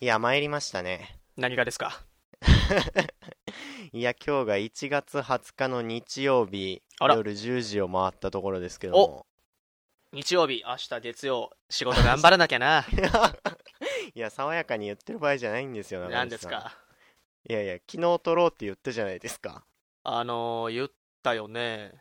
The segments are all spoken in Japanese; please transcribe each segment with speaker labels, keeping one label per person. Speaker 1: いや、参りましたね。
Speaker 2: 何がですか
Speaker 1: いや、今日が1月20日の日曜日、
Speaker 2: あら
Speaker 1: 夜10時を回ったところですけども。
Speaker 2: 日曜日、明日月曜、仕事頑張らなき ゃな。
Speaker 1: いや、爽やかに言ってる場合じゃないんですよ、中西さ
Speaker 2: 何ですか
Speaker 1: いやいや、昨日撮ろうって言ったじゃないですか。
Speaker 2: あのー、言ったよね。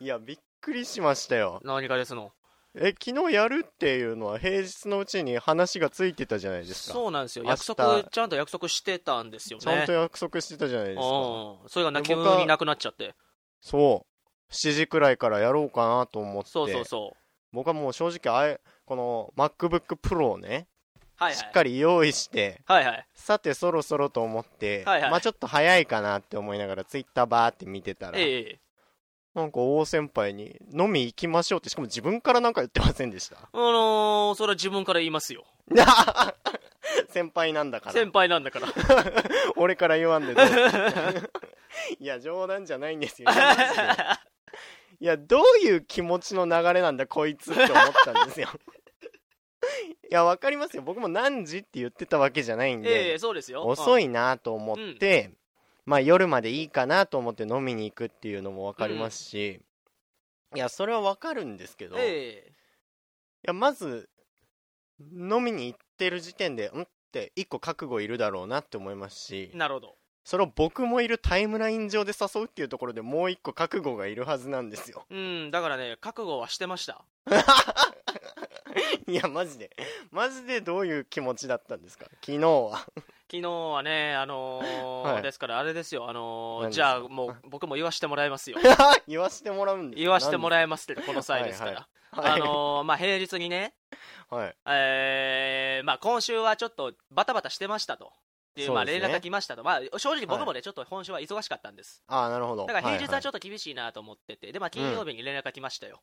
Speaker 1: いや、びっくりしましたよ。
Speaker 2: 何がですの
Speaker 1: え、昨日やるっていうのは平日のうちに話がついてたじゃないですか。
Speaker 2: そうなんですよ。
Speaker 1: 明日
Speaker 2: 約束、ちゃんと約束してたんですよね。
Speaker 1: ちゃんと約束してたじゃないですか。
Speaker 2: うん。それがな
Speaker 1: で
Speaker 2: 急
Speaker 1: 僕は
Speaker 2: になくなっちゃって。
Speaker 1: そう。7時くらいからやろうかなと思って。
Speaker 2: そうそうそう。
Speaker 1: 僕はもう正直あえこの MacBook Pro をね、
Speaker 2: はいはい。
Speaker 1: しっかり用意して
Speaker 2: はいはい。
Speaker 1: さてそろそろと思って、
Speaker 2: はいはい
Speaker 1: まあちょっと早いかなって思いながら Twitter バーって見てたら、
Speaker 2: ええ。
Speaker 1: なんか王先輩に「飲み行きましょう」ってしかも自分からなんか言ってませんでした
Speaker 2: あのー、それは自分から言いますよ。
Speaker 1: 先輩なんだから
Speaker 2: 先輩なんだ から。
Speaker 1: 俺から言わんでど ういや冗談じゃないんですよマジでいやどういう気持ちの流れなんだこいつって思ったんですよいやわかりますよ僕も何時って言ってたわけじゃないんで、
Speaker 2: ええ、そうですよ。
Speaker 1: 遅
Speaker 2: い。
Speaker 1: いなと思って、まあ夜までいいかなと思って飲みに行くっていうのも分かりますし、いやそれは分かるんですけど、い
Speaker 2: ええ。
Speaker 1: やまず飲みに行ってる時点でんって一個覚悟いるだろうなって思いますし
Speaker 2: なるほど。
Speaker 1: それを僕もいるタイムライン上で誘うっていうところでもう一個覚悟がいるはずなんです よ
Speaker 2: うん、だからね、覚悟はしてました。
Speaker 1: いやマジでマジでどういう気持ちだったんですか昨日は
Speaker 2: 昨日はね、あのー
Speaker 1: はい
Speaker 2: ですからあれですよ、あのー
Speaker 1: 何です
Speaker 2: じ
Speaker 1: か
Speaker 2: ゃあもう僕も言わしてもらいま すよ。
Speaker 1: 言わしてもらうんです
Speaker 2: 言わしてもら
Speaker 1: え
Speaker 2: いますけど、この際ですから。
Speaker 1: はい、
Speaker 2: あのーまあ、平日にね、
Speaker 1: はい
Speaker 2: えーまあ、今週はちょっとバタバタしてましたと。で
Speaker 1: そう
Speaker 2: まあ、
Speaker 1: ですね
Speaker 2: 連絡が来ましたと、まあ、正直僕もね、ちょっと今週は忙しかったんです
Speaker 1: ああなるほど
Speaker 2: だから平
Speaker 1: い
Speaker 2: 日はちょっと厳しいなと思ってて、でまあ、金曜日に連絡が来ましたよ、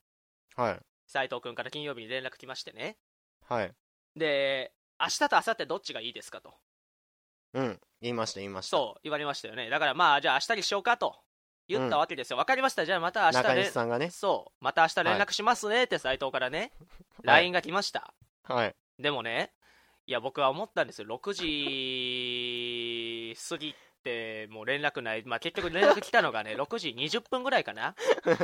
Speaker 1: はい
Speaker 2: 斉藤君から金曜日に連絡来ましてね
Speaker 1: はい。
Speaker 2: で明日と明後日どっちがいいですかと
Speaker 1: うん。言いました、言いました。
Speaker 2: そう言われましたよねだからまあじゃあ明日にしようかと言ったわけですよ、わかりましたじゃあまた明日
Speaker 1: 中
Speaker 2: 連
Speaker 1: 西さんがね。
Speaker 2: そうまた明日連絡しますねって斉藤からね、
Speaker 1: はい
Speaker 2: LINE が来ました
Speaker 1: はい。
Speaker 2: でもねいや僕は思ったんですよ6時過ぎてもう連絡ない、まあ、結局連絡来たのが ね6時20分ぐらいかな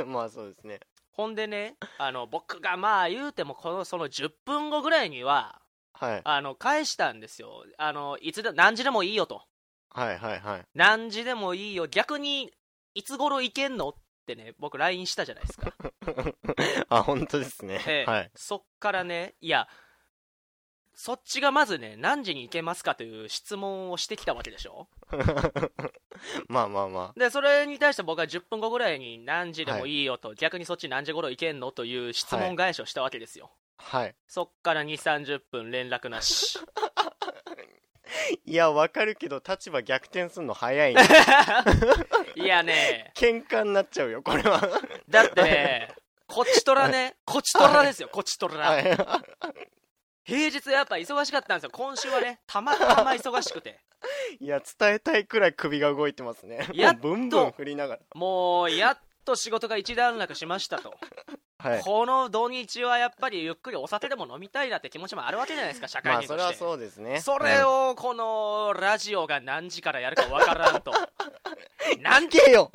Speaker 1: まあそうですね。
Speaker 2: ほんでねあの僕がまあ言うてもこのその10分後ぐらいには
Speaker 1: はい。
Speaker 2: あの返したんですよあのいつで何時でもいいよと
Speaker 1: はいはいはい。
Speaker 2: 何時でもいいよ逆にいつ頃行けんのってね僕 LINE したじゃないで すか、
Speaker 1: あ、本当ですね。
Speaker 2: ええ
Speaker 1: はい。
Speaker 2: そっからねいやそっちがまずね何時に行けますかという質問をしてきたわけでしょ
Speaker 1: まあまあま
Speaker 2: でそれに対して僕は10分後ぐらいに何時でもいいよと、逆にそっち何時頃行けんのという質問返しをしたわけですよ、
Speaker 1: あ。はい。
Speaker 2: そっから2 3 0分連絡 なし
Speaker 1: いや、わかるけど、立場逆転すんの早い ね。
Speaker 2: いやね
Speaker 1: 喧嘩になっちゃうよ、これは。
Speaker 2: だってねこちとらねこちとらですよこちとら、
Speaker 1: はい。
Speaker 2: 平日やっぱ忙しかったんですよ今週はねたまたま忙しくて
Speaker 1: いや、伝えたいくらい首が動いてますね。
Speaker 2: やっ
Speaker 1: もうブンブン振りなが
Speaker 2: もうやっと仕事が一段落しましたと、
Speaker 1: ら。はい。
Speaker 2: この土日はやっぱりゆっくりお酒でも飲みたいなって気持ちもあるわけじゃないですか社会
Speaker 1: まあ
Speaker 2: 人として、
Speaker 1: それはそうですね。
Speaker 2: それをこのラジオが何時からやるかわからんとな
Speaker 1: うん。
Speaker 2: ん
Speaker 1: 聞けよ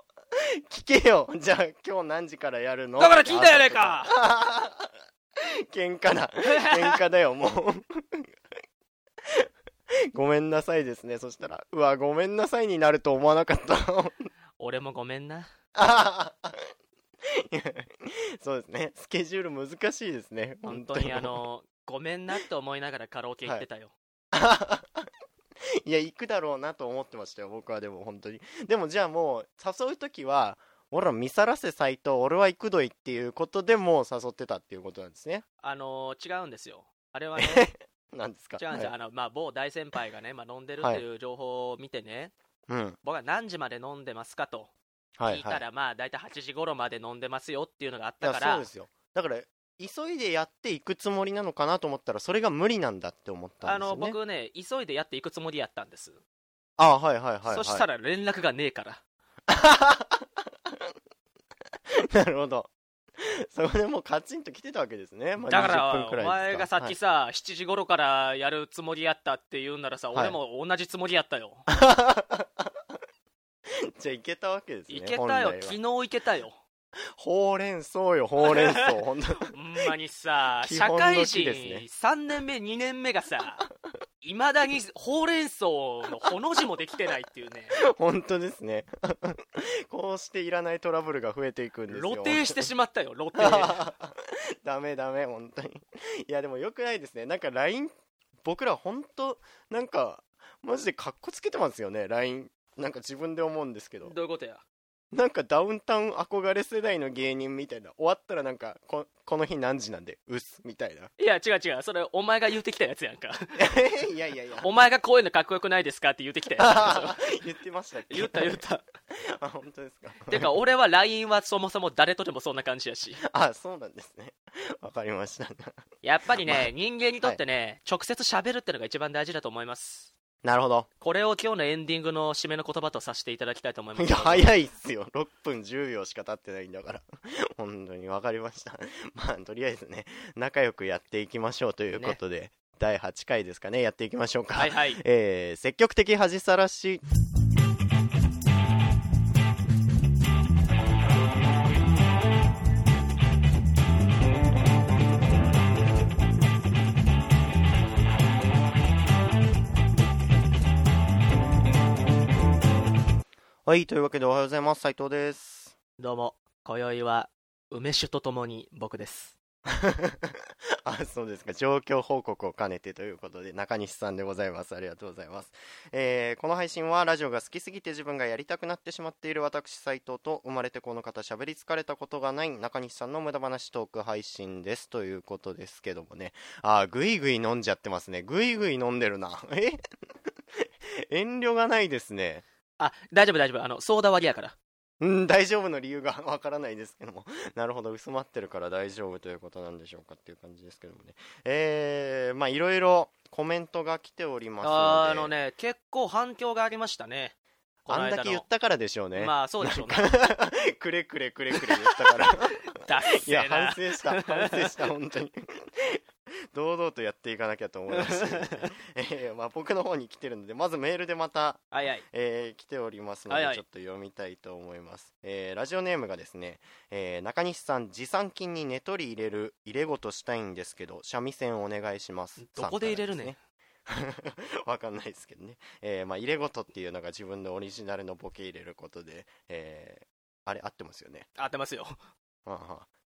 Speaker 1: 聞けよじゃあ今日何時からやるの
Speaker 2: だから聞いたやないか
Speaker 1: 喧嘩だ喧嘩だよもうごめんなさいですねそしたらうわごめんなさいになると思わなかった
Speaker 2: 俺もごめんな
Speaker 1: あーそうですねスケジュール難しいですね
Speaker 2: 本当にあのごめんなって思いながらカラオケ行ってたよ、
Speaker 1: いや行くだろうなと思ってましたよ僕はでも本当にでもじゃあもう誘う時は俺ら見さらせ斎藤俺は行くどいっていうことでもう誘ってたっていうことなんですね
Speaker 2: あの違うんですよあれ はね
Speaker 1: なんですか
Speaker 2: 違うんですよ、あのまあ、某大先輩がね、まあ、飲んでるっていう情報を見てね、
Speaker 1: はいうん
Speaker 2: 僕は何時まで飲んでますかと
Speaker 1: は
Speaker 2: 聞
Speaker 1: い
Speaker 2: い
Speaker 1: はい
Speaker 2: たら、まあ大体8時頃まで飲んでますよっていうのがあっ
Speaker 1: だ
Speaker 2: た
Speaker 1: か
Speaker 2: から
Speaker 1: そう
Speaker 2: ら
Speaker 1: で、すよだから急いでやっていくつもりなのかなと思ったらそれが無理なんだって思った
Speaker 2: あ
Speaker 1: んですよ、
Speaker 2: の
Speaker 1: ね、
Speaker 2: 僕ね、急いでやっていくつもりやったんです、
Speaker 1: あはいはいはい、はい、
Speaker 2: そ した
Speaker 1: ら
Speaker 2: ら連絡がねえから、
Speaker 1: なるほどそこでもうカチンと来てたわけですね、まあ、
Speaker 2: だか
Speaker 1: 20分
Speaker 2: ら
Speaker 1: く
Speaker 2: お
Speaker 1: らい
Speaker 2: 前
Speaker 1: で
Speaker 2: が
Speaker 1: すか
Speaker 2: さっきさ、7時頃からやるつもりやったって言うんならさ、
Speaker 1: はい
Speaker 2: 俺も同じつもりやっ たよ
Speaker 1: はいじゃあいけたわけですね
Speaker 2: いけたよ
Speaker 1: 本来
Speaker 2: 昨
Speaker 1: は
Speaker 2: 日いけたよ
Speaker 1: ほうれん草よほうれん草ほんと
Speaker 2: ほんまにさ
Speaker 1: 基
Speaker 2: 社
Speaker 1: 本の
Speaker 2: 会
Speaker 1: 木
Speaker 2: 人
Speaker 1: ですね
Speaker 2: 3年目2年目がさ いまだにほうれん草のほの字もできてないっていうね
Speaker 1: 本当ですね こうしていらないトラブルが増えていくんですよ
Speaker 2: 露呈してしまったよ露 呈
Speaker 1: ダメダメ本当にいやでもよくないですねなんか LINE 僕ら本当なんかマジでかっこつけてますよね LINE なんか自分で思うんですけど
Speaker 2: どういうことや
Speaker 1: なんかダウンタウン憧れ世代の芸人みたいな終わったらなんかここの日何時なんでうっすみたいな
Speaker 2: いや違う違うそれお前が言ってきたやつやん か
Speaker 1: いやいやいや
Speaker 2: お前がこういうのかっこよくないですかって言ってきたや
Speaker 1: あー言ってましたっけ
Speaker 2: つ言った言った
Speaker 1: あ本当ですか
Speaker 2: てか俺は LINE はそもそも誰とでもそんな感じやし
Speaker 1: あそうなんですねわかりました
Speaker 2: やっぱりね、人間にとってね、直接喋るってのが一番大事だと思います
Speaker 1: なるほど
Speaker 2: これを今日のエンディングの締めの言葉とさせていただきたいと思います
Speaker 1: いや早いっすよ6分10秒しか経ってないんだから 本当にわかりました まあとりあえずね仲良くやっていきましょうということで、第8回ですかねやっていきましょうか
Speaker 2: はいはい
Speaker 1: えー積極的恥さらしはいというわけでおはようございます斉藤です
Speaker 2: どうも今宵は梅酒とともに僕です
Speaker 1: あそうですか状況報告を兼ねてということで中西さんでございますありがとうございます、えーこの配信はラジオが好きすぎて自分がやりたくなってしまっている私斉藤と生まれてこの方喋り疲れたことがない中西さんの無駄話トーク配信ですということですけどもねあーぐいぐい飲んじゃってますねぐいぐい飲んでるなえ 遠慮がないですね
Speaker 2: あ大丈夫大丈夫あのソーダ割りやから
Speaker 1: うん、大丈夫の理由が わからないですけども、 なるほど、薄まってるから大丈夫ということなんでしょうかっていう感じですけどもね。えー、まあいろいろコメントが来ておりますので、
Speaker 2: あ
Speaker 1: あ
Speaker 2: のね結構反響がありましたねこの
Speaker 1: ん
Speaker 2: 間
Speaker 1: だ
Speaker 2: の
Speaker 1: け言ったからでしょうね。
Speaker 2: まあそうでしょうね
Speaker 1: くれくれくれくれ言ったから。
Speaker 2: だっ
Speaker 1: い
Speaker 2: せ
Speaker 1: や
Speaker 2: え、な
Speaker 1: 反省した、反省した、本当に。 堂々とやっていかなきゃと思いましたけどね、 えーまあ僕の方に来てるので、まずメールでまた
Speaker 2: はいはい
Speaker 1: えー来ておりますので、
Speaker 2: はいはい
Speaker 1: ちょっと読みたいと思います、えーラジオネームがですね、えー中西さん持参金に寝取り入れる入れ事したいんですけど三味線お願いします
Speaker 2: どこで入れる
Speaker 1: さん
Speaker 2: ね
Speaker 1: からですね わかんないですけどね、えーまあ、入れ事っていうのが自分のオリジナルのボケ入れることで、えーあれ合ってますよね
Speaker 2: 合ってますよ
Speaker 1: うんうん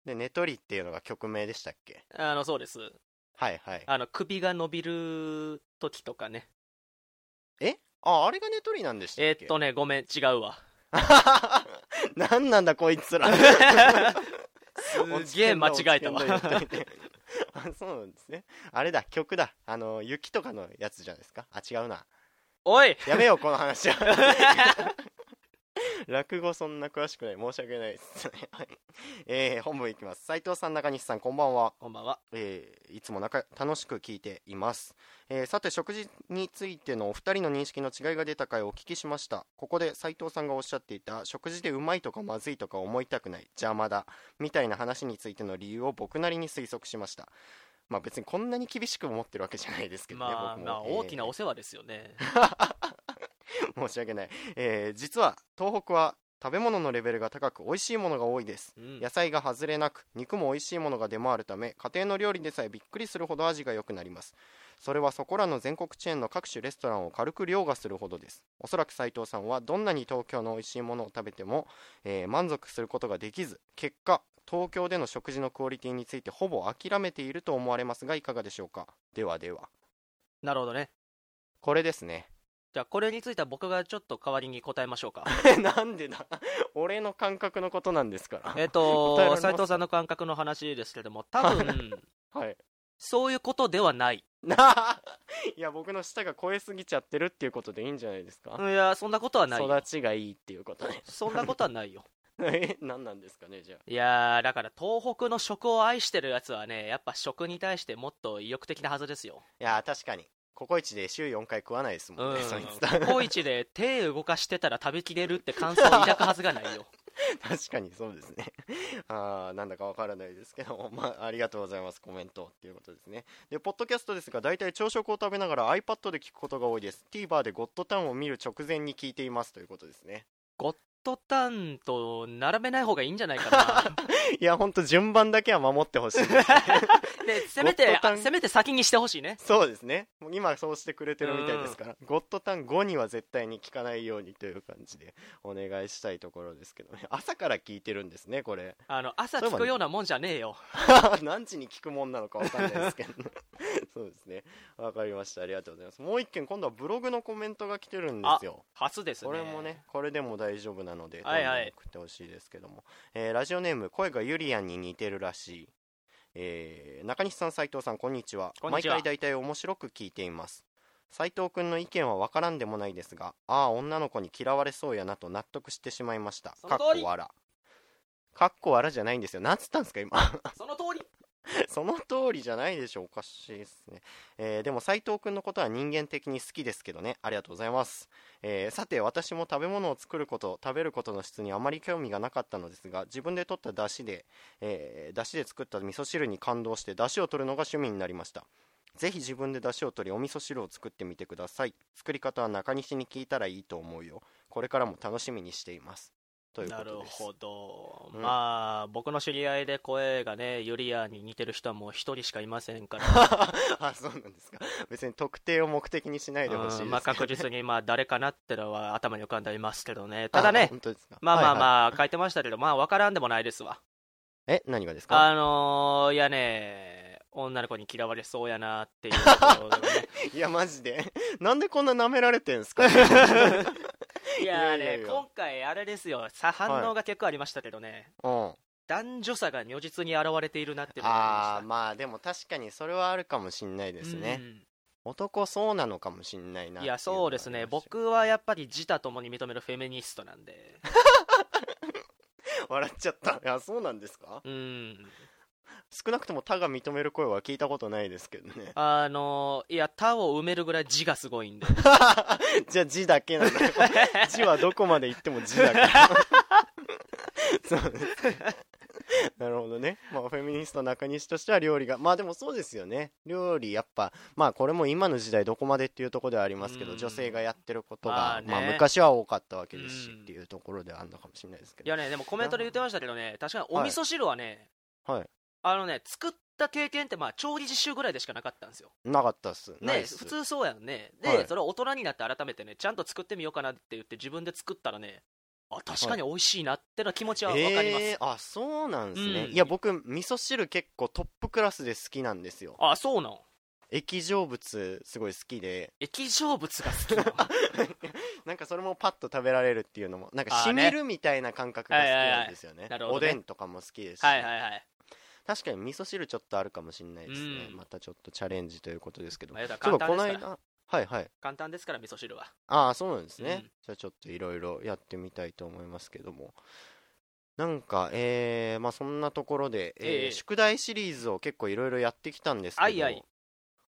Speaker 1: で寝取りっていうのが曲名でしたっけ
Speaker 2: あのそうです
Speaker 1: はいはいあ
Speaker 2: あの首が伸びる時とかね
Speaker 1: ああれが寝取りなんでしたっ
Speaker 2: え
Speaker 1: け
Speaker 2: ーっとねごめん違うわ
Speaker 1: 何なんだこいつら
Speaker 2: すげえ間違えたわ
Speaker 1: あそうなんですねあれだ曲だあの雪とかのやつじゃないですかあ違うな
Speaker 2: おい
Speaker 1: やめようこの話は落語そんな詳しくない申し訳ないですね、はいえー本文いきます斉藤さん中西さんこんばんは
Speaker 2: こんばんは
Speaker 1: えーいつも仲楽しく聞いています、えーさて食事についてのお二人の認識の違いが出た回をお聞きしましたここで斉藤さんがおっしゃっていた食事でうまいとかまずいとか思いたくない邪魔だみたいな話についての理由を僕なりに推測しましたまあ別にこんなに厳しく思ってるわけじゃないですけどね、
Speaker 2: まあ
Speaker 1: 僕も
Speaker 2: まあ
Speaker 1: えー
Speaker 2: 大きなお世話ですよね
Speaker 1: 申し訳ない、えー実は東北は食べ物のレベルが高く美味しいものが多いです
Speaker 2: うん
Speaker 1: 野菜が外れなく肉も美味しいものが出回るため家庭の料理でさえびっくりするほど味が良くなりますそれはそこらの全国チェーンの各種レストランを軽く凌駕するほどですおそらく斉藤さんはどんなに東京の美味しいものを食べても、えー満足することができず結果東京での食事のクオリティについてほぼ諦めていると思われますがいかがでしょうかではでは
Speaker 2: なるほどね
Speaker 1: これですね
Speaker 2: じゃあこれについては僕がちょっと代わりに答えましょうか
Speaker 1: なんでだ俺の感覚のことなんですから
Speaker 2: えっ
Speaker 1: 答えられ
Speaker 2: と
Speaker 1: ますか
Speaker 2: 斉藤さんの感覚の話ですけども多 分
Speaker 1: はい
Speaker 2: そういうことではない
Speaker 1: ないや僕の舌が超えすぎちゃってるっていうことでいいんじゃないですか
Speaker 2: いやそんなことはないよ
Speaker 1: 育ちがいいっていうことね
Speaker 2: そんなことはないよ
Speaker 1: え何なんですかね じゃ
Speaker 2: いやーだから東北の食を愛してるやつはねやっぱ食に対してもっと意欲的なは ずですよ
Speaker 1: あいや確かにココイチで週4回食わないです
Speaker 2: う
Speaker 1: もん
Speaker 2: ん
Speaker 1: ね、そいつ
Speaker 2: ココイチで手動かしてたら食べきれるって感想を抱くはずがないよ
Speaker 1: 確かにそうですね。 あーなんだかわからないですけど、 まあ、ありがとうございます、コメントっていうことですね。で、ポッドキャストですが、大体朝食を食べながら iPad で聞くことが多いです。TVer でゴッドタウンを見る直前に聞いていますということですね。
Speaker 2: ゴッドタンと並べない方がいいんじゃないかな
Speaker 1: いや、ほんと順番だけは守ってほしいですね。
Speaker 2: でせめ
Speaker 1: ゴッ
Speaker 2: て
Speaker 1: ドタン
Speaker 2: せめて先にしてほしいね
Speaker 1: そうですね。もう今そうしてくれてるみたいですから、ゴッドタン5には絶対に聞かないようにという感じでお願いしたいところですけどね。朝から聞いてるんですね、これ。
Speaker 2: あの朝聞くようなもんじゃねえよ
Speaker 1: 何時に聞くもんなのかわかんないですけど、ね、そうですね。わかりました。ありがとうございます。もう一件、今度はブログのコメントが来てるんですよ。
Speaker 2: 初ですね
Speaker 1: これもね、これでも大丈夫なので、
Speaker 2: はいは
Speaker 1: どんど
Speaker 2: い
Speaker 1: ん送ってほしいですけども、えーラジオネーム、声がユリアンに似てるらしい。えー中西さん、斉藤さん、こんにちは。
Speaker 2: こんにちは
Speaker 1: 毎回大体面白く聞いています。斉藤くんの意見はわからんでもないですが、ああ、女の子に嫌われそうやなと納得してしまいました。
Speaker 2: そ
Speaker 1: か
Speaker 2: の
Speaker 1: っ
Speaker 2: 通り
Speaker 1: こわら。かっこわらじゃないんですよ。なんつったんですか、今。
Speaker 2: その通り
Speaker 1: その通りじゃないでしょおかしいですね、えーでも斉藤君のことは人間的に好きですけどねありがとうございます、えーさて私も食べ物を作ること食べることの質にあまり興味がなかったのですが自分で取った出汁で、えー、出汁で作った味噌汁に感動して出汁を取るのが趣味になりましたぜひ自分で出汁を取りお味噌汁を作ってみてください作り方は中西に聞いたらいいと思うよこれからも楽しみにしていますというこ
Speaker 2: な
Speaker 1: と
Speaker 2: る
Speaker 1: です
Speaker 2: ほど、
Speaker 1: うん
Speaker 2: まあ僕の知り合いで声がねユリアに似てる人はもう一人しかいませんから
Speaker 1: あそうなんですか別に特定を目的にしないでほしいです
Speaker 2: う
Speaker 1: け
Speaker 2: ん
Speaker 1: ど
Speaker 2: まあ、確実にまあ誰かなってのは頭に浮かんでいますけ どねただね
Speaker 1: 本当ですか
Speaker 2: まあまあ
Speaker 1: はいは
Speaker 2: まあ書いてましたけど、まあ分からんでもないですわ
Speaker 1: いえ何がですか
Speaker 2: あのー、いやね女の子に嫌われそうやなっていうところでね
Speaker 1: いやマジで なんでこんな舐められてんすか
Speaker 2: いやーね
Speaker 1: いやいやいや
Speaker 2: 今回あれですよさ反応が結構ありましたけどね、
Speaker 1: うん
Speaker 2: 男女差が如実に現れているなっていうのが
Speaker 1: あ
Speaker 2: あ
Speaker 1: ー
Speaker 2: りま
Speaker 1: まあでも確かにそれはあるかもしんないで
Speaker 2: し
Speaker 1: す
Speaker 2: た
Speaker 1: ね、
Speaker 2: うん
Speaker 1: 男そうなのかもしんないなって
Speaker 2: い
Speaker 1: いの
Speaker 2: や
Speaker 1: は
Speaker 2: そうです
Speaker 1: あ
Speaker 2: ね
Speaker 1: りました
Speaker 2: 僕はやっぱり自他ともに認めるフェミニストなんで
Speaker 1: 笑っちゃったいやそうなんですか
Speaker 2: うん
Speaker 1: 少なくとも他が認める声は聞いたことないですけどね
Speaker 2: あのいや他を埋めるぐらい字がすごいんで
Speaker 1: じゃあ字だけなんだ字はどこまで行っても字だから そうですね なるほどね、まあ、フェミニスト中西としては料理がまあでもそうですよね料理やっぱまあこれも今の時代どこまでっていうところではありますけど
Speaker 2: うん
Speaker 1: 女性がやってることが、
Speaker 2: ま
Speaker 1: ま
Speaker 2: あ
Speaker 1: あ
Speaker 2: ね
Speaker 1: 昔は多かったわけですし
Speaker 2: うん
Speaker 1: っていうところではあるのかもしれないですけ
Speaker 2: い
Speaker 1: ど
Speaker 2: やねでもコメントで言ってましたけどね確かにお味噌汁はね、
Speaker 1: はい
Speaker 2: あのね作った経験ってまあ調理実習ぐらいでしかなかったんですよ
Speaker 1: なかったっすない
Speaker 2: ね
Speaker 1: っす
Speaker 2: 普通そうやんねで、
Speaker 1: はい
Speaker 2: それを大人になって改めてねちゃんと作ってみようかなって言って自分で作ったらねあ確かに美味しいなっての気持ちは分かります、
Speaker 1: えーあそうなんですね、
Speaker 2: うん
Speaker 1: いや僕味噌汁結構トップクラスで好きなんですよ
Speaker 2: あそうなん
Speaker 1: 液状物すごい好きで
Speaker 2: 液状物が好きな の
Speaker 1: なんかそれもパッと食べられるっていうのもなんか
Speaker 2: あー
Speaker 1: し
Speaker 2: ね
Speaker 1: みるみたいな感覚が好きなんですよね,、
Speaker 2: いなるほど
Speaker 1: お
Speaker 2: ね
Speaker 1: でんとかも好きですし、
Speaker 2: はいはいはい、
Speaker 1: 確かに味噌汁ちょっとあるかもしれないですね、
Speaker 2: うん
Speaker 1: またちょっとチャレンジということですけど
Speaker 2: まあ、やだ
Speaker 1: そういえ
Speaker 2: 簡
Speaker 1: ばこの
Speaker 2: 単ですから
Speaker 1: 間はいはい
Speaker 2: 簡単ですから味噌汁は
Speaker 1: ああそうなんですね、
Speaker 2: うん
Speaker 1: じゃあちょっといろいろやってみたいと思いますけどもなんかえー、まあそんなところで、えー
Speaker 2: ええ
Speaker 1: 宿題シリーズを結構いろいろやってきたんですけど
Speaker 2: あいあい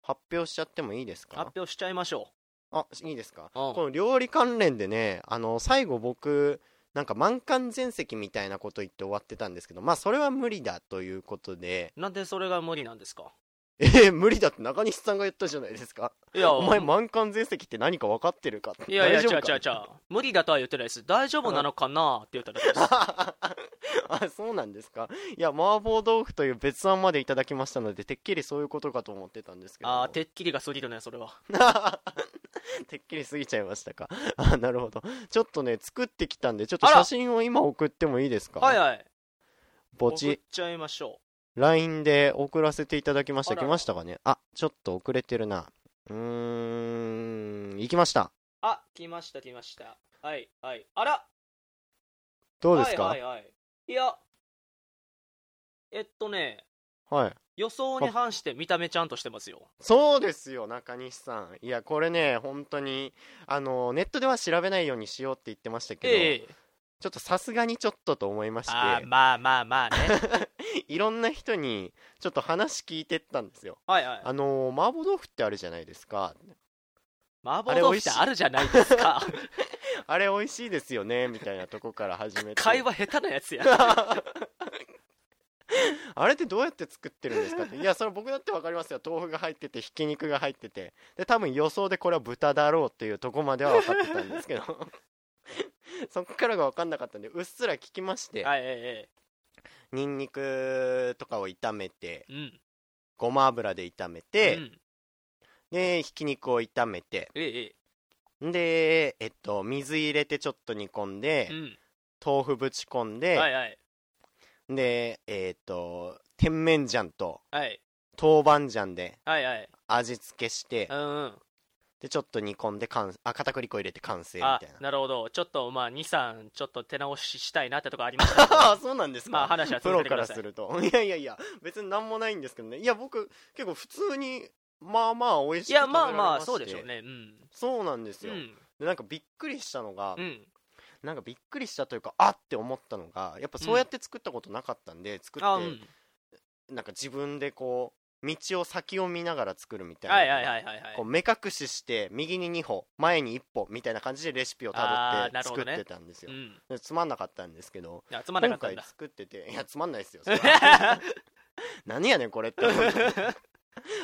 Speaker 1: 発表しちゃってもいいですか
Speaker 2: 発表しちゃいましょ
Speaker 1: あいいですか、
Speaker 2: うん
Speaker 1: この料理関連でねあの最後僕なんか満館全席みたいなこと言って終わってたんですけどまあそれは無理だということで
Speaker 2: うなんでそれが無理なんですか
Speaker 1: えー、無理だって中西さんが言ったじゃないですか
Speaker 2: いや
Speaker 1: お前満館全席って何か分かってるか
Speaker 2: いやいや違う
Speaker 1: 大丈夫
Speaker 2: 違
Speaker 1: か
Speaker 2: う違う無理だとは言ってないです大丈夫なのかなって言っただけです
Speaker 1: あそうなんですかいや麻婆豆腐という別案までいただきましたのでてっきりそういうことかと思ってたんですけど
Speaker 2: ああてっきりが過ぎるねそれは
Speaker 1: てっきり過ぎちゃいましたか あなるほどちょっとね作ってきたんでちょっと写真を今送ってもいいですか
Speaker 2: はいはい
Speaker 1: ぼ
Speaker 2: 送っ
Speaker 1: ち
Speaker 2: ちゃいましょ
Speaker 1: LINE で送らせていただきました
Speaker 2: あら
Speaker 1: 来ましたかねあちょっと遅れてるなうーん行きました
Speaker 2: うあ来ました来ましたはいはいあら
Speaker 1: どうですか
Speaker 2: は
Speaker 1: はいい、
Speaker 2: はいはいいやえっとね予想に反して見た目ちゃんとしてますよ
Speaker 1: そうですよ中西さんいやこれね本当にあのネットでは調べないようにしようって言ってましたけど、
Speaker 2: ええ
Speaker 1: ちょっとさすがにちょっとと思いまして
Speaker 2: あーまあまあまあね
Speaker 1: いろんな人にちょっと話聞いてったんですよ
Speaker 2: はいはい
Speaker 1: あのー麻婆豆腐ってあるじゃないですか
Speaker 2: 麻婆豆腐ってあるじゃないですか
Speaker 1: あれ美味しいですよねみたい なとこから始めて
Speaker 2: 会話下手なやつや
Speaker 1: あれってどうやって作ってるんですかっていやそれ僕だって分かりますよ豆腐が入っててひき肉が入っててで多分予想でこれは豚だろうっていうとこまでは分かってたんですけど そっからが分かんなかったんでうっすら聞きまして
Speaker 2: はいえ
Speaker 1: ニンニクとかを炒めて
Speaker 2: えええうん
Speaker 1: ごま油で炒めて、
Speaker 2: うん
Speaker 1: でひき肉を炒めて
Speaker 2: えええ
Speaker 1: でえっと水入れてちょっと煮込んで
Speaker 2: え、うん
Speaker 1: 豆腐ぶち込んで、
Speaker 2: はいはい
Speaker 1: でえっと甜麺醤と
Speaker 2: はい
Speaker 1: 豆板醤で
Speaker 2: はいはい
Speaker 1: 味付けして、
Speaker 2: うんうん
Speaker 1: でちょっと煮込んで完あ片栗粉入れて完成みた
Speaker 2: あ
Speaker 1: いな
Speaker 2: なるほどちょっとまあ23ちょっと手直ししたいなってとこありましたけ ど
Speaker 1: ああそうなんですか、
Speaker 2: まあ話は
Speaker 1: プロ
Speaker 2: 続けて
Speaker 1: か
Speaker 2: くだ
Speaker 1: ら
Speaker 2: さい
Speaker 1: すると いやいやいや別に何もないんですけどねいや僕結構普通にまあまあ美味し
Speaker 2: い
Speaker 1: い食
Speaker 2: や
Speaker 1: べら
Speaker 2: ま
Speaker 1: れまし
Speaker 2: あ
Speaker 1: て
Speaker 2: まあそうでしょうねうん
Speaker 1: そうなんです
Speaker 2: う
Speaker 1: よ、
Speaker 2: ん
Speaker 1: でなんかびっくりしたのが、
Speaker 2: うん
Speaker 1: なんかびっくりしたというかあって思ったのがやっぱそうやって作ったことなかったんで、作
Speaker 2: あう
Speaker 1: っ
Speaker 2: ん
Speaker 1: てなんか自分でこう道を先を見ながら作るみたいな
Speaker 2: はいはいはいはい
Speaker 1: こう
Speaker 2: は
Speaker 1: 目隠しして右に2歩前に1歩みたいな感じでレシピをたど
Speaker 2: あ
Speaker 1: っ
Speaker 2: ー
Speaker 1: て
Speaker 2: なるほ
Speaker 1: 作
Speaker 2: ど
Speaker 1: っ
Speaker 2: ね
Speaker 1: てたんです
Speaker 2: い
Speaker 1: よ
Speaker 2: う、ん
Speaker 1: でつまんなかったんですけど
Speaker 2: いやつまんなか
Speaker 1: 今
Speaker 2: ったん
Speaker 1: 回
Speaker 2: だ
Speaker 1: 作ってていやつまんないですよ それは何やねんこれって思って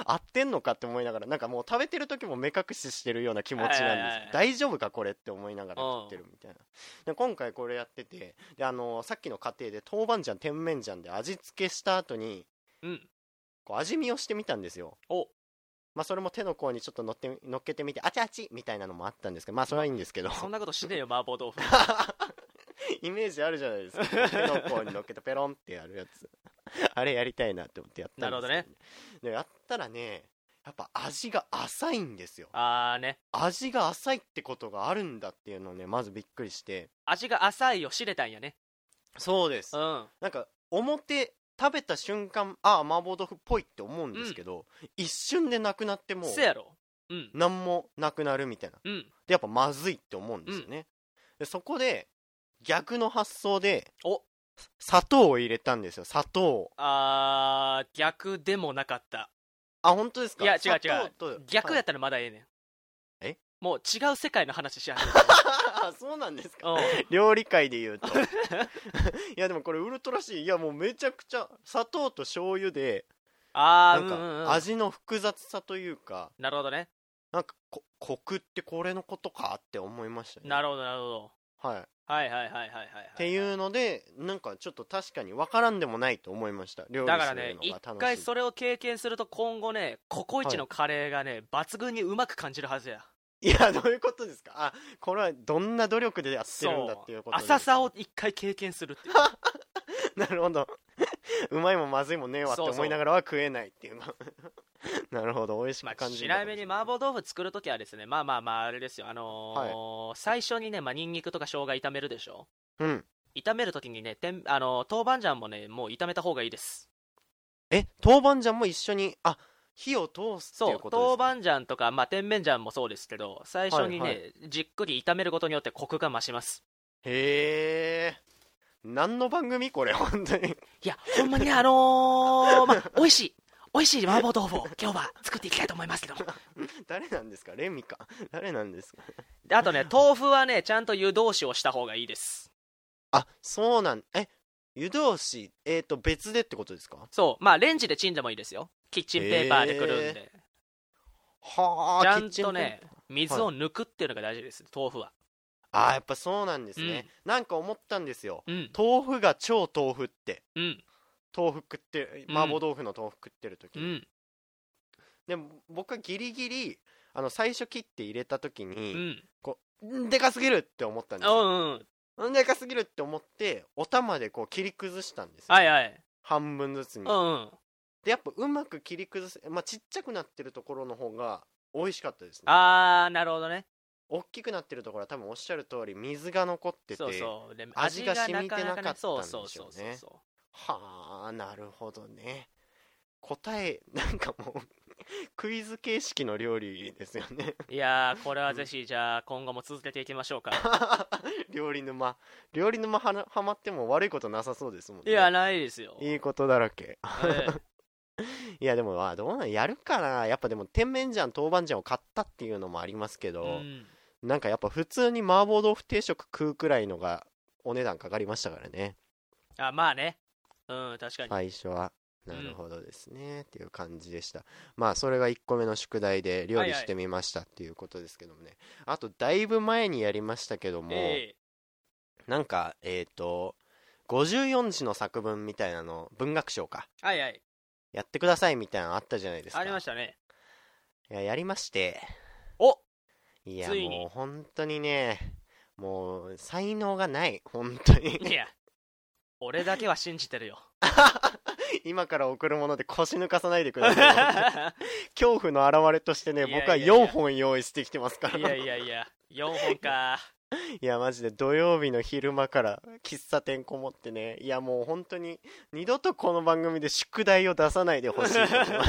Speaker 1: 合ってんのかって思いながらなんかもう食べてる時も目隠ししてるような気持ちなんですよ、
Speaker 2: はいはいはい
Speaker 1: 大丈夫かこれって思いながら
Speaker 2: うん
Speaker 1: 食ってるみたいなで今回これやっててであのさっきの過程で豆板醤甜麺醤で味付けした後に
Speaker 2: うん
Speaker 1: こう味見をしてみたんですよ
Speaker 2: お
Speaker 1: まあそれも手の甲にちょっと乗って乗っけてみてあちあちみたいなのもあったんですけどまあそれはいいんですけど
Speaker 2: そんなことしねえよ麻婆豆腐
Speaker 1: イメージあるじゃないですか手の甲に乗っけてペロンってやるやつ あれやりたいなって思ってやったんですけ
Speaker 2: なるほ
Speaker 1: どねでやったらねやっぱ味が浅いんですよ
Speaker 2: ああね
Speaker 1: 味が浅いってことがあるんだっていうのをねまずびっくりして
Speaker 2: 味が浅いを知れたんやね
Speaker 1: そうです
Speaker 2: うん
Speaker 1: なんか表食べた瞬間ああ麻婆豆腐っぽいって思うんですけど、一瞬でなくなってもう
Speaker 2: せやろうん
Speaker 1: 何もなくなるみたいな
Speaker 2: うん
Speaker 1: でやっぱまずいって思うんですよね、でそこで逆の発想で
Speaker 2: お
Speaker 1: 砂糖を入れたんですよ砂糖を
Speaker 2: あー逆でもなかった
Speaker 1: あ本当ですか
Speaker 2: いや違う
Speaker 1: 砂糖と
Speaker 2: 逆や
Speaker 1: は
Speaker 2: ったらまだええねん
Speaker 1: え
Speaker 2: もう違う世界の話し始め
Speaker 1: い そうなんですか
Speaker 2: たうん
Speaker 1: 料理界で言 うといやでもこれウルトラシーいやもうめちゃくちゃ砂糖と醤油で
Speaker 2: あ
Speaker 1: な
Speaker 2: ー
Speaker 1: ん
Speaker 2: うんうんうん
Speaker 1: か味の複雑さというか
Speaker 2: なるほどね
Speaker 1: なんかこコクってこれのことかって思いましたね
Speaker 2: なるほどなるほど
Speaker 1: はい、っ
Speaker 2: はいはいはいはいはいはい
Speaker 1: ていうのでなんかちょっと確かに分からんでもないと思いました料理
Speaker 2: だか
Speaker 1: す
Speaker 2: ら
Speaker 1: る
Speaker 2: ね
Speaker 1: の
Speaker 2: 一
Speaker 1: が楽しい
Speaker 2: 回それを経験すると今後ねココイチのカレーがね、抜群にうまく感じるはずや
Speaker 1: いやどういうことですかあこれはどんな努力でやってるんだっていうことです
Speaker 2: 浅さを一回経験するっていう
Speaker 1: なるほどうまいもまずいもねえわって
Speaker 2: そうそう
Speaker 1: 思いながらは食えないっていう なるほど美味し
Speaker 2: ま
Speaker 1: く
Speaker 2: あ、
Speaker 1: 感じ
Speaker 2: ち
Speaker 1: るの
Speaker 2: な
Speaker 1: かもし
Speaker 2: みに
Speaker 1: れい
Speaker 2: 麻婆豆腐作るときはですねまあまあまああれですよあのー最初にねまあニンニクとか生姜炒めるでしょ
Speaker 1: うん
Speaker 2: 炒めるときにねてんあのー豆板醤もねもう炒めた方がいいです
Speaker 1: え豆板醤も一緒にあ火を通すって
Speaker 2: そ
Speaker 1: いううことです
Speaker 2: 豆
Speaker 1: か
Speaker 2: 板醤とかまあ甜麺醤もそうですけど最初に
Speaker 1: は
Speaker 2: ね、
Speaker 1: い
Speaker 2: じっくり炒めることによってコクが増します
Speaker 1: へえ何の番組これ本当に
Speaker 2: いや、ほんまにねあの ー、まあ、美味しい、美味しい麻婆豆腐を今日は作っていきたいと思いますけども。
Speaker 1: 誰なんですかレミか誰なんですか
Speaker 2: であとね、豆腐はね、ちゃんと湯通しをした方がいいです。
Speaker 1: あそうなんえ湯通しえっ、と別でってことですか
Speaker 2: そう、まあ、レンジでチンでもいいですよ。キッチンペーパーでくるんで。
Speaker 1: はあ
Speaker 2: ちゃん
Speaker 1: キッチン
Speaker 2: とね
Speaker 1: ペーパー、
Speaker 2: 水を抜くっていうのが大事です、豆腐は。
Speaker 1: あーやっぱそうなんですね、なんか思ったんですよ
Speaker 2: うん、
Speaker 1: 豆腐が超豆腐って
Speaker 2: うん、
Speaker 1: 豆腐食って
Speaker 2: うん
Speaker 1: 麻婆豆腐の豆腐食ってる時
Speaker 2: う
Speaker 1: に、
Speaker 2: ん、
Speaker 1: でも僕はギリギリあの最初切って入れた時
Speaker 2: う
Speaker 1: に、
Speaker 2: ん。
Speaker 1: んでかすぎるって思ったんです
Speaker 2: う
Speaker 1: よ、
Speaker 2: ん、うん。
Speaker 1: ん、でかすぎるって思ってお玉でこう切り崩したんですよ、
Speaker 2: はいはい。
Speaker 1: 半分ずつに、
Speaker 2: うん、うん。
Speaker 1: でやっぱうまく切り崩す、まあ、ちっちゃくなってるところの方が美味しかったですね
Speaker 2: あー、なるほどね。
Speaker 1: 大きくなってるところは多分おっしゃる通り水が残ってて
Speaker 2: そうそう。で
Speaker 1: 味が染みてなかったんでしょう
Speaker 2: そう
Speaker 1: ね
Speaker 2: そうそうそうそ
Speaker 1: はあなるほどね答えなんかもうクイズ形式の料理ですよね
Speaker 2: う。いやー、これはぜひ、じゃあ、今後も続けていきましょうか。
Speaker 1: 料理沼料理沼はなはまっても悪いことなさそうですもん
Speaker 2: い
Speaker 1: ね
Speaker 2: や、ないですよ。
Speaker 1: いいことだらけ
Speaker 2: ええ
Speaker 1: いやでもまあどうなんやるかなやっぱでも甜麺醤豆板醤を買ったっていうのもありますけ
Speaker 2: う
Speaker 1: ど、
Speaker 2: ん、
Speaker 1: なんかやっぱ普通に麻婆豆腐定食食うくらいのがお値段かかりましたからね
Speaker 2: あまあねうん確かに、
Speaker 1: 最初は
Speaker 2: ん
Speaker 1: なるほどですね、っていう感じでしたまあそれが1個目の宿題で料
Speaker 2: はい
Speaker 1: 理
Speaker 2: はい
Speaker 1: してみましたっていうことですけどもね、あとだいぶ前にやりましたけども、
Speaker 2: え
Speaker 1: なんかえっ、と54字の作文みたいなの文学賞か
Speaker 2: えはいはい
Speaker 1: やってくださいみたいなのあったじゃないですか
Speaker 2: ありましたね
Speaker 1: いややりまして
Speaker 2: お
Speaker 1: いや
Speaker 2: ついに
Speaker 1: もう本当にねもう才能がない本当に
Speaker 2: いや俺だけは信じてるよ
Speaker 1: 今から送るもので腰抜かさないでください 恐怖の表れとしてね
Speaker 2: いやい
Speaker 1: 僕は
Speaker 2: やいや
Speaker 1: 4本用意してきてますから
Speaker 2: いやいやいや4本か
Speaker 1: いやマジで土曜日の昼間から喫茶店こもってねいやもう本当に二度とこの番組で宿題を出さないでほしいと思う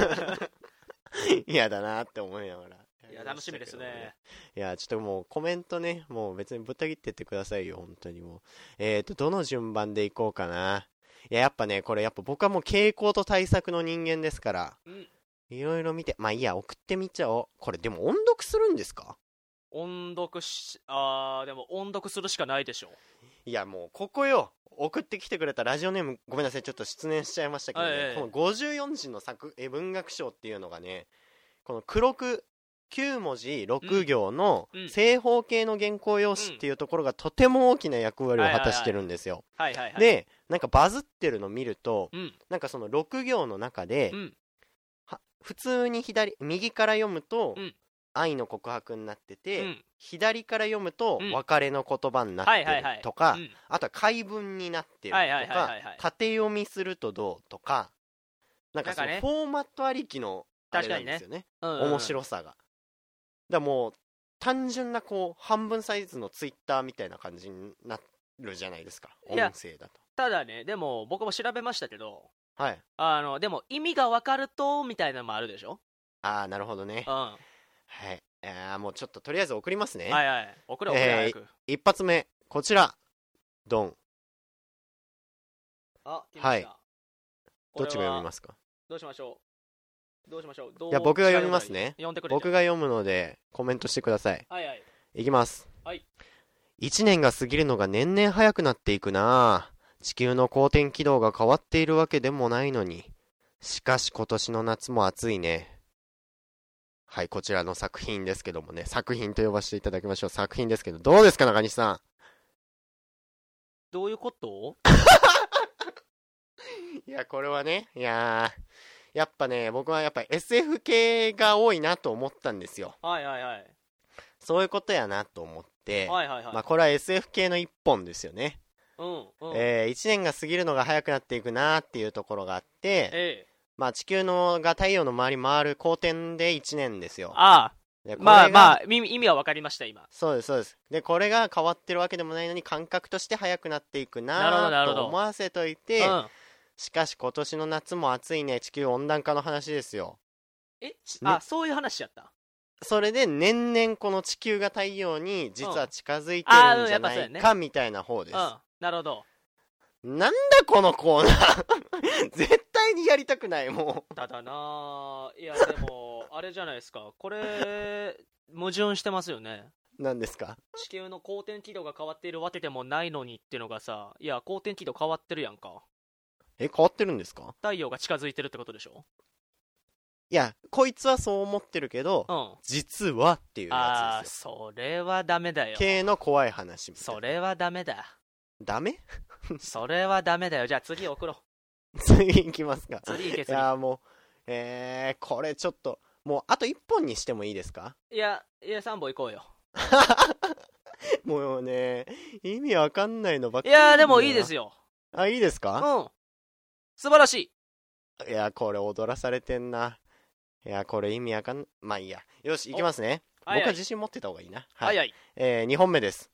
Speaker 1: 嫌だなって思いながら
Speaker 2: いや楽しみですね
Speaker 1: いや、ちょっともうコメントね、もう別にぶった切ってってくださいよ、本当にもう。えーと、どの順番でいこうかな。いや、やっぱね、これやっぱ僕はもう傾向と対策の人間ですから
Speaker 2: うん、
Speaker 1: いろいろ見て、まあいいや、送ってみちゃおう。これでも音読するんですか
Speaker 2: 音読しあーでも音読するしかないでしょ
Speaker 1: いや、もうここよ。送ってきてくれたラジオネーム、ごめんなさい、ちょっと失念しちゃいましたけど
Speaker 2: はいは
Speaker 1: ね
Speaker 2: いは、い
Speaker 1: この54字の作、え、文学賞っていうのがね、この黒く、9文字6行の
Speaker 2: うんうん
Speaker 1: 正方形の原稿用紙っていうところがとても大きな役割を果たしてるんですよ。
Speaker 2: はいはいはい
Speaker 1: で、なんかバズってるの見ると、
Speaker 2: うん
Speaker 1: なんかその6行の中で、
Speaker 2: うん
Speaker 1: は普通に左右から読むと、
Speaker 2: うん
Speaker 1: 愛の告白になって
Speaker 2: う
Speaker 1: て、
Speaker 2: ん
Speaker 1: 左から読むと、
Speaker 2: うん
Speaker 1: 別れの言葉になっ
Speaker 2: はい
Speaker 1: て
Speaker 2: はいはい
Speaker 1: るとか、
Speaker 2: うん
Speaker 1: あとは解文になってると
Speaker 2: はいはいはい
Speaker 1: か
Speaker 2: はいはい
Speaker 1: 縦読みするとどうとかなんかその
Speaker 2: なんか
Speaker 1: フォーマットありきのあれなんですよね
Speaker 2: うん
Speaker 1: 面白さがだからもう単純なこう半分サイズのツイッターみたいな感じになるじゃないですか音
Speaker 2: いや
Speaker 1: 声だと
Speaker 2: ただねでも僕も調べましたけど
Speaker 1: はい
Speaker 2: あのでも意味がわかるとみたいなのもあるでしょ
Speaker 1: ああなるほどね
Speaker 2: うんは
Speaker 1: はいあーもうちょっととりあえず送りますね、
Speaker 2: いはい送れ送れ
Speaker 1: えー
Speaker 2: 早く
Speaker 1: 一発目こちらドン
Speaker 2: あ来ました
Speaker 1: はいどっちが読み
Speaker 2: これは
Speaker 1: ますか
Speaker 2: どうしましょうどうしましょう
Speaker 1: いや僕が読みますね
Speaker 2: 読んでくれ
Speaker 1: 僕
Speaker 2: が
Speaker 1: が読むのでコメントしてください
Speaker 2: はいはい
Speaker 1: いきます。
Speaker 2: はい。
Speaker 1: 一年が過ぎるのが年々早くなっていくなあ地球の公転軌道が変わっているわけでもないのに。しかし今年の夏も暑いね。はい、こちらの作品ですけどもね、作品と呼ばせていただきましょう。作品ですけど、どうですか、中西さ
Speaker 2: どういうこ
Speaker 1: ん。
Speaker 2: と
Speaker 1: いや、これはね、いやーやっぱね、僕はやっぱ SF 系が多いなと思ったんですよ。
Speaker 2: はいはいはい
Speaker 1: そういうことやなと思って、
Speaker 2: はいはいはい
Speaker 1: まあ、これは SF 系の一本ですよね。
Speaker 2: うんうん
Speaker 1: え1年が過ぎるのが早くなっていくなーっていうところがあって、
Speaker 2: え
Speaker 1: まあ、地球のが太陽の周り回る公転で1年ですよ。
Speaker 2: あ
Speaker 1: で
Speaker 2: あまあま
Speaker 1: あ。
Speaker 2: あ意味意味はわかりました今
Speaker 1: そうですそうですでこれが変わってるわけでもないのに感覚として早くなっていく
Speaker 2: なるほどな
Speaker 1: な
Speaker 2: る
Speaker 1: ー
Speaker 2: ほど
Speaker 1: と思わせというて、
Speaker 2: ん
Speaker 1: しかし今年の夏も暑いね地球温暖化の話ですよ
Speaker 2: えち
Speaker 1: ね
Speaker 2: あそういう話やった
Speaker 1: それで年々この地球が太陽に実は近づいて
Speaker 2: あー
Speaker 1: るんじゃな
Speaker 2: やっぱそう
Speaker 1: い
Speaker 2: や
Speaker 1: かみたいな方で
Speaker 2: う
Speaker 1: す、
Speaker 2: んなるほど
Speaker 1: なんだこのコー ナー絶対にやりたくないもう
Speaker 2: ただなあいやでもあれじゃないですかこれ矛盾してますよね
Speaker 1: 何ですか
Speaker 2: 地球の公転軌道が変わっているわけでもないのにっていうのがさいや公転軌道変わってるやんか
Speaker 1: え変わってるんですか
Speaker 2: 太陽が近づいてるってことでしょ
Speaker 1: いやこいつはそう思ってるけど
Speaker 2: うん
Speaker 1: 実はっていう
Speaker 2: あ
Speaker 1: や
Speaker 2: あ
Speaker 1: つですよ
Speaker 2: それはダメだよ
Speaker 1: 系の怖い話みたい
Speaker 2: そ
Speaker 1: な
Speaker 2: れはダメ だ
Speaker 1: ダメ
Speaker 2: それはダメだよじゃあ次送ろう
Speaker 1: 次いきますか
Speaker 2: 次行け
Speaker 1: い
Speaker 2: 次
Speaker 1: やーもうえー、これちょっともうあと1本にしてもいいですか
Speaker 2: いやいや3本行こうよ
Speaker 1: もうね意味わかんないのばっ
Speaker 2: い
Speaker 1: かり
Speaker 2: やでもいいです
Speaker 1: よ
Speaker 2: よ
Speaker 1: あいいです
Speaker 2: う
Speaker 1: か
Speaker 2: ん素晴らしい
Speaker 1: いやこれ踊らされてんないやこれ意味わかんまあいいやよしいきますね
Speaker 2: は
Speaker 1: 僕
Speaker 2: いは
Speaker 1: はい自信持ってた方がいいな
Speaker 2: はいはい
Speaker 1: え2本目です。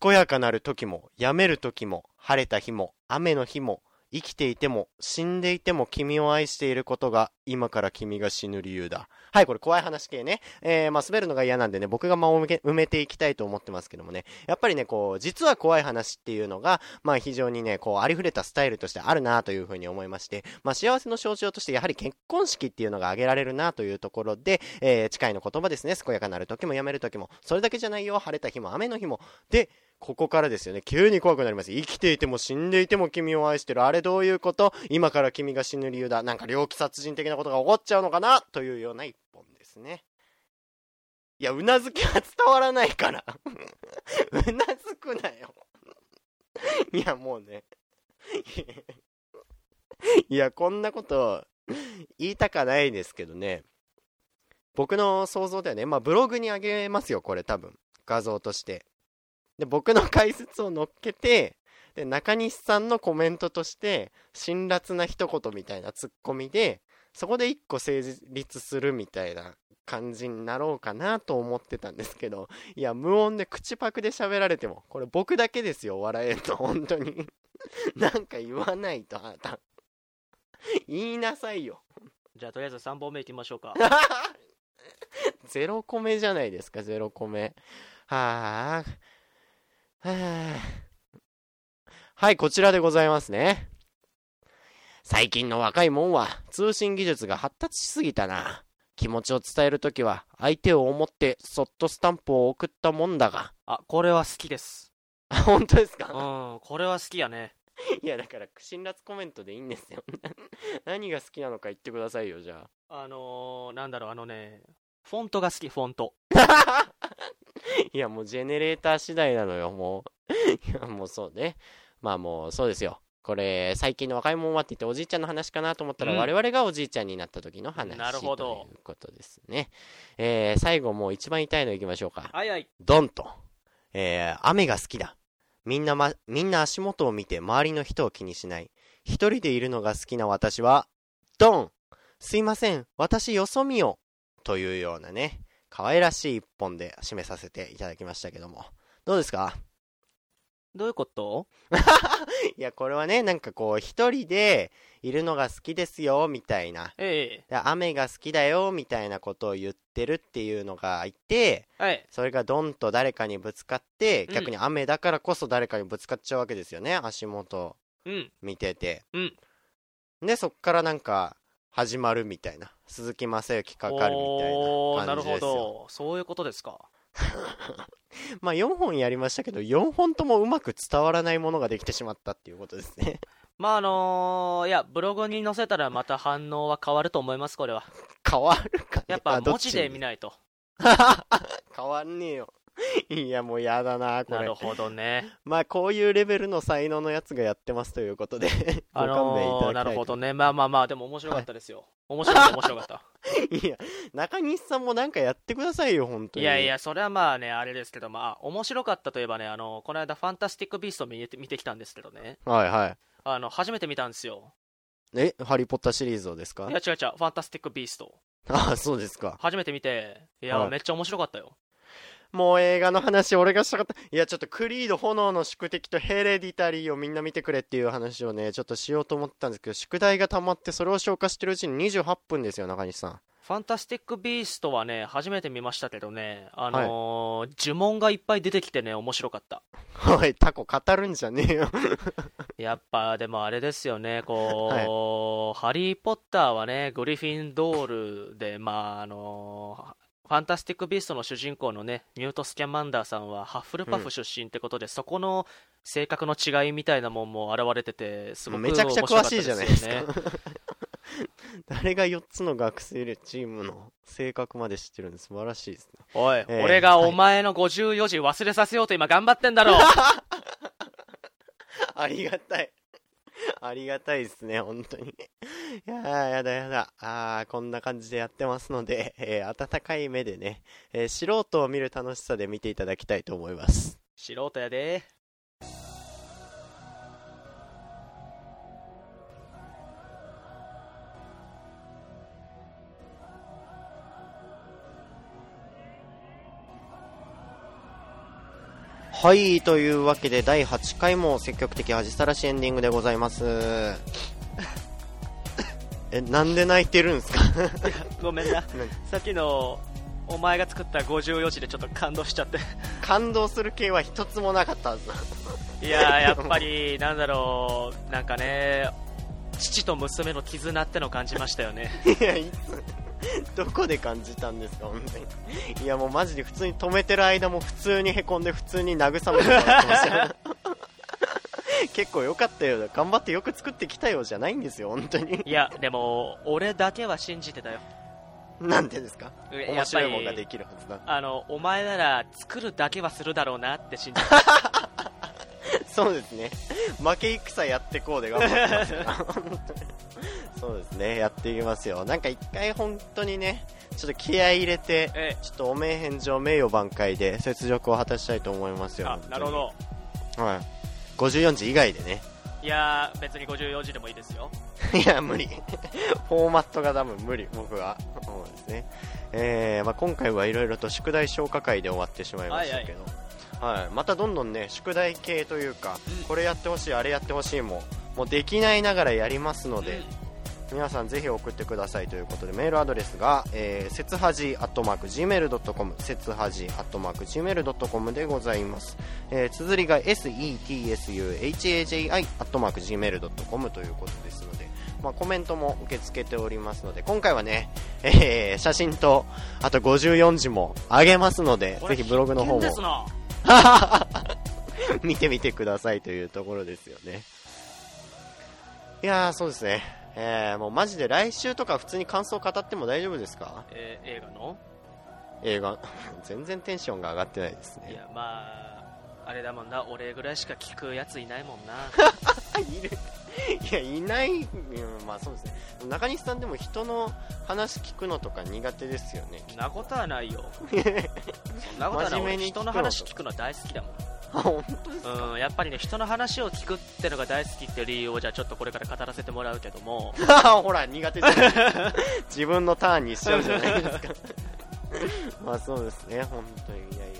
Speaker 1: 健やかなる時も、病める時も、晴れた日も、雨の日も、生きていても死んでいても君を愛していることが今から君が死ぬ理由だ。はい、これ怖い話系ね。えー、まあ滑るのが嫌なんでね、僕が間を埋め埋めていきたいと思ってますけどもね、やっぱりね、こう、実は怖い話っていうのが、まあ非常にね、こう、ありふれたスタイルとしてあるなというふうに思いまして、まあ幸せの象徴としてやはり結婚式っていうのが挙げられるなというところで、えー、誓いの言葉ですね、健やかなる時もやめる時も、それだけじゃないよ、晴れた日も雨の日も、で、ここからですよね。急に怖くなります。生きていても死んでいても君を愛してる。あれどういうこと今から君が死ぬ理由だ。なんか猟奇殺人的なことが起こっちゃうのかなというような一本ですね。いや、うなずきは伝わらないから。 うなずくなよ。いや、もうね。 いや、こんなこと言いたかないですけどね。僕の想像ではね、まあブログにあげますよ、これ多分。画像として。で僕の解説を乗っけてで中西さんのコメントとして辛辣な一言みたいなツッコミでそこで一個成立するみたいな感じになろうかなと思ってたんですけどいや無音で口パクで喋られてもこれ僕だけですよ笑えんの本当に なんか言わないとあなた 言いなさいよ
Speaker 2: じゃあとりあえず3本目いきましょうか
Speaker 1: ゼロコメじゃないですかゼロコメはあはあはい、こちらでございますね。最近の若いもんは通信技術が発達しすぎたな。気持ちを伝えるときは相手を思ってそっとスタンプを送ったもんだが。
Speaker 2: あこれは好きです
Speaker 1: あ、本当です
Speaker 2: う
Speaker 1: か
Speaker 2: んこれは好きやね
Speaker 1: いや、だから、辛辣コメントでいいんですよ。 何が好きなのか言ってくださいよ、じゃ
Speaker 2: あのー、なんだろうあのねフォントが好きフォント
Speaker 1: あ。 いや、もうジェネレーター次第なのよ、もう。 いや、もうそうね。まあもう、そうですよ。これ、最近の若いもんはって言って、おじいちゃんの話かなと思ったら、
Speaker 2: うん
Speaker 1: 我々がおじいちゃんになった時の話
Speaker 2: なるほど
Speaker 1: ということですね。えー、最後、もう一番痛いのいきましょうか。
Speaker 2: はいはい
Speaker 1: ドンと。えー、雨が好きだ。みんなま、みんな足元を見て周りの人を気にしない。一人でいるのが好きな私は、ドンすいません、私よそ見をというようなね、可愛らしい一本で締めさせていただきましたけども。どうですか
Speaker 2: どういうこと
Speaker 1: いや、これはね、なんかこう、一人でいるのが好きですよ、みたいな。
Speaker 2: え
Speaker 1: で雨が好きだよ、みたいなことを言ってるっていうのがいて、
Speaker 2: えはい
Speaker 1: それがドンと誰かにぶつかって
Speaker 2: うん
Speaker 1: 逆に雨だからこそ誰かにぶつかっちゃうわけですよね、足元
Speaker 2: うん
Speaker 1: 見てて、
Speaker 2: うん
Speaker 1: でそっからなんか始まるみたいな鈴木雅之かかるみた
Speaker 2: おー
Speaker 1: いな
Speaker 2: なる
Speaker 1: 感じで
Speaker 2: ほ
Speaker 1: すよ
Speaker 2: どそういうことですか
Speaker 1: まあ4本やりましたけど4本ともうまく伝わらないものができてしまったっていうことですね
Speaker 2: まああのー、いやブログに載せたらまた反応は変わると思いますこれは
Speaker 1: 変わるかね
Speaker 2: やっぱ
Speaker 1: あど
Speaker 2: 文
Speaker 1: っち
Speaker 2: 字で見ないと
Speaker 1: 変わんねえよ いやもうやだなこ
Speaker 2: な
Speaker 1: れ
Speaker 2: るほどね
Speaker 1: まあこういうレベルの才能のやつがやってますということで ご
Speaker 2: あ
Speaker 1: 勘弁い
Speaker 2: の
Speaker 1: ただきた
Speaker 2: ー、ない
Speaker 1: と
Speaker 2: るほどねまあまあまあでも面白かったですよ、 面白かった面白かった
Speaker 1: いや、中西さんもなんかやってくださいよ、本当
Speaker 2: い
Speaker 1: に。
Speaker 2: やい。や、それはまあね、あれですけど、まあ、面白かったといえばね、あの、この間、ファンタスティック・ビーストを見て見てきたんですけどね、
Speaker 1: はいは
Speaker 2: あの、初めて見たんですよ。
Speaker 1: い。え、ハリー・ポッターシリーズをですか
Speaker 2: いや、違う違う、ファンタスティック・ビースト。
Speaker 1: あ、そうですか。
Speaker 2: 初めて見て、いや、
Speaker 1: はい
Speaker 2: めっちゃ面白かったよ。
Speaker 1: もう映画の話、俺がしたかった。いや、ちょっとクリード、炎の宿敵とヘレディタリーをみんな見てくれっていう話をね、ちょっとしようと思ったんですけど、宿題が溜まって、それを消化してるうちに28分ですよ、中西さん。
Speaker 2: ファンタスティック・ビーストはね、初めて見ましたけどね、あのー呪文がいっぱい出てきてね、面白かった。
Speaker 1: おい、タコ語るんじゃねえよ。
Speaker 2: やっぱ、でもあれですよね、こう、ハリー・ポッターはね、グリフィンドールで、まあ、あのファンタスティック・ビーストの主人公のね、ニュート・スキャマンダーさんは、ハッフルパフ出身ってことで、そこの性格の違いみたいなもんも現れてて、すごく
Speaker 1: めちゃくちゃ詳しいじゃないですか
Speaker 2: 面白かったですよね
Speaker 1: 誰が4つの学生でチームの性格まで知ってるんです。素晴らしいですね。
Speaker 2: おい、
Speaker 1: え
Speaker 2: 俺がお前の54時忘れさせようと今頑張ってんだろう
Speaker 1: ありがたい。ありがたいですね、本当に。いやー、やだやだ。あー、こんな感じでやってますので、えー温かい目でね、えー素人を見る楽しさで見ていただきたいと思います。
Speaker 2: 素人やで。
Speaker 1: はいというわけで第8回も積極的恥さらしエンディングでございますえなんで泣いてるんですか
Speaker 2: ごめんな
Speaker 1: 何
Speaker 2: さっきのお前が作った54時でちょっと感動しちゃって
Speaker 1: 感動する系は一つもなかったはず
Speaker 2: いやーやっぱりなんだろうなんかね父と娘の絆ってのを感じましたよね
Speaker 1: いやいつどこで感じたんですか本当にいやもうマジで普通に止めてる間も普通にへこんで普通に慰めてもらってましたよ結構良かったよ頑張ってよく作ってきたよじゃないんですよ本当に
Speaker 2: いやでも俺だけは信じてたよ
Speaker 1: なんでですか
Speaker 2: いや
Speaker 1: 面白いもん
Speaker 2: や
Speaker 1: が
Speaker 2: っぱり
Speaker 1: できるはずだ
Speaker 2: あのお前なら作るだけはするだろうなって信じて
Speaker 1: そうですね負け戦やってこうで頑張って ますから本当にそうですねやっていきますよなんか一回本当にねちょっと気合い入れて
Speaker 2: たええ
Speaker 1: ちょっとお名返上名誉挽回で雪辱を果たしたいと思いますよ
Speaker 2: あなるほど
Speaker 1: ど、はい、54時以外でね
Speaker 2: いやー別に54時でもいいですよ
Speaker 1: いや無理 フォーマットが多分無理僕はそうですねえーまあ、今回はいろいろと宿題消化会で終わってしまいましたけど、はいまたどんどんね宿題系というか、
Speaker 2: うん
Speaker 1: これやってほしいあれやってほしいももうできないながらやりますので、皆さんぜひ送ってくださいということでメールアドレスが、えー、せつはじ .gmail.com せつはじ .gmail.com でございます、えー、綴りが setsuhaji.gmail.com ということですので、まあ、コメントも受け付けておりますので今回はね、えー、写真とあと54字も上げますので
Speaker 2: こ
Speaker 1: ぜ
Speaker 2: れ
Speaker 1: ひブログの方
Speaker 2: 必見です
Speaker 1: も
Speaker 2: な
Speaker 1: 見てみてくださいというところですよねいやーそうですねえー、もうマジで来週とか普通に感想語っても大丈夫ですか
Speaker 2: えー映画の
Speaker 1: 映画 全然テンションが上がってないです
Speaker 2: い
Speaker 1: ね
Speaker 2: やまああれだもんな俺ぐらいしか聞くやついないも んな
Speaker 1: あいる いやいない、うんまあそうですね中西さんでも人の話聞くのとか苦手ですよね
Speaker 2: そんなことはないよそんなことはな
Speaker 1: 真
Speaker 2: い
Speaker 1: 面目
Speaker 2: 俺
Speaker 1: に聞くの
Speaker 2: 人の話聞くの大好きだもん
Speaker 1: あ本当
Speaker 2: うん、やっぱりね人の話を聞くってのが大好きって理由をじゃあちょっとこれから語らせてもらうけども
Speaker 1: ほら苦手じゃ ない自分のターンにしちゃうじゃないですかまあそうですね本当にいやい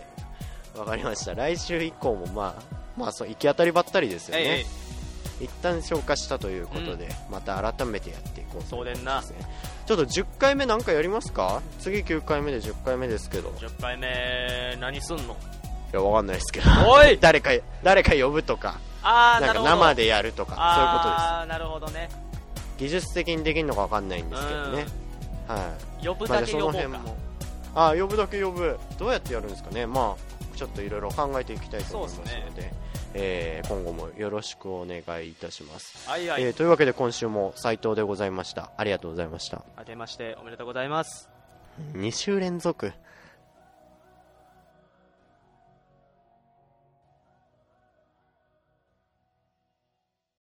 Speaker 1: やわかりました来週以降もまあまあそう行き当たりばったりですよね、
Speaker 2: ええ
Speaker 1: 一旦消化したということで、また改めてやっていこう
Speaker 2: そうでんな
Speaker 1: ですねちょっと10回目なんかやりますか次9回目で10回目ですけどい
Speaker 2: 10回目何すんの
Speaker 1: やわかんないですけど
Speaker 2: お い
Speaker 1: 誰か誰か呼ぶとか
Speaker 2: ああ
Speaker 1: な
Speaker 2: なんる
Speaker 1: か
Speaker 2: ほど
Speaker 1: 生でやるとか
Speaker 2: ああなるほどね
Speaker 1: そういうことです技術的にできるのかわかんないんですけどね、はい
Speaker 2: 呼ぶ
Speaker 1: まあ
Speaker 2: だ
Speaker 1: じ
Speaker 2: け
Speaker 1: ゃあ
Speaker 2: 呼ぼうか、
Speaker 1: ああ呼ぶだけ呼ぶどうやってやるんですかねまあちょっといろいろ考えていきたいと思いますので
Speaker 2: そうっす
Speaker 1: えー今後もよろしくお願いいたします、
Speaker 2: はいはい、
Speaker 1: えーというわけで今週も斉藤でございましたありがとうございました
Speaker 2: 明けましておめでとうございます
Speaker 1: 2週連続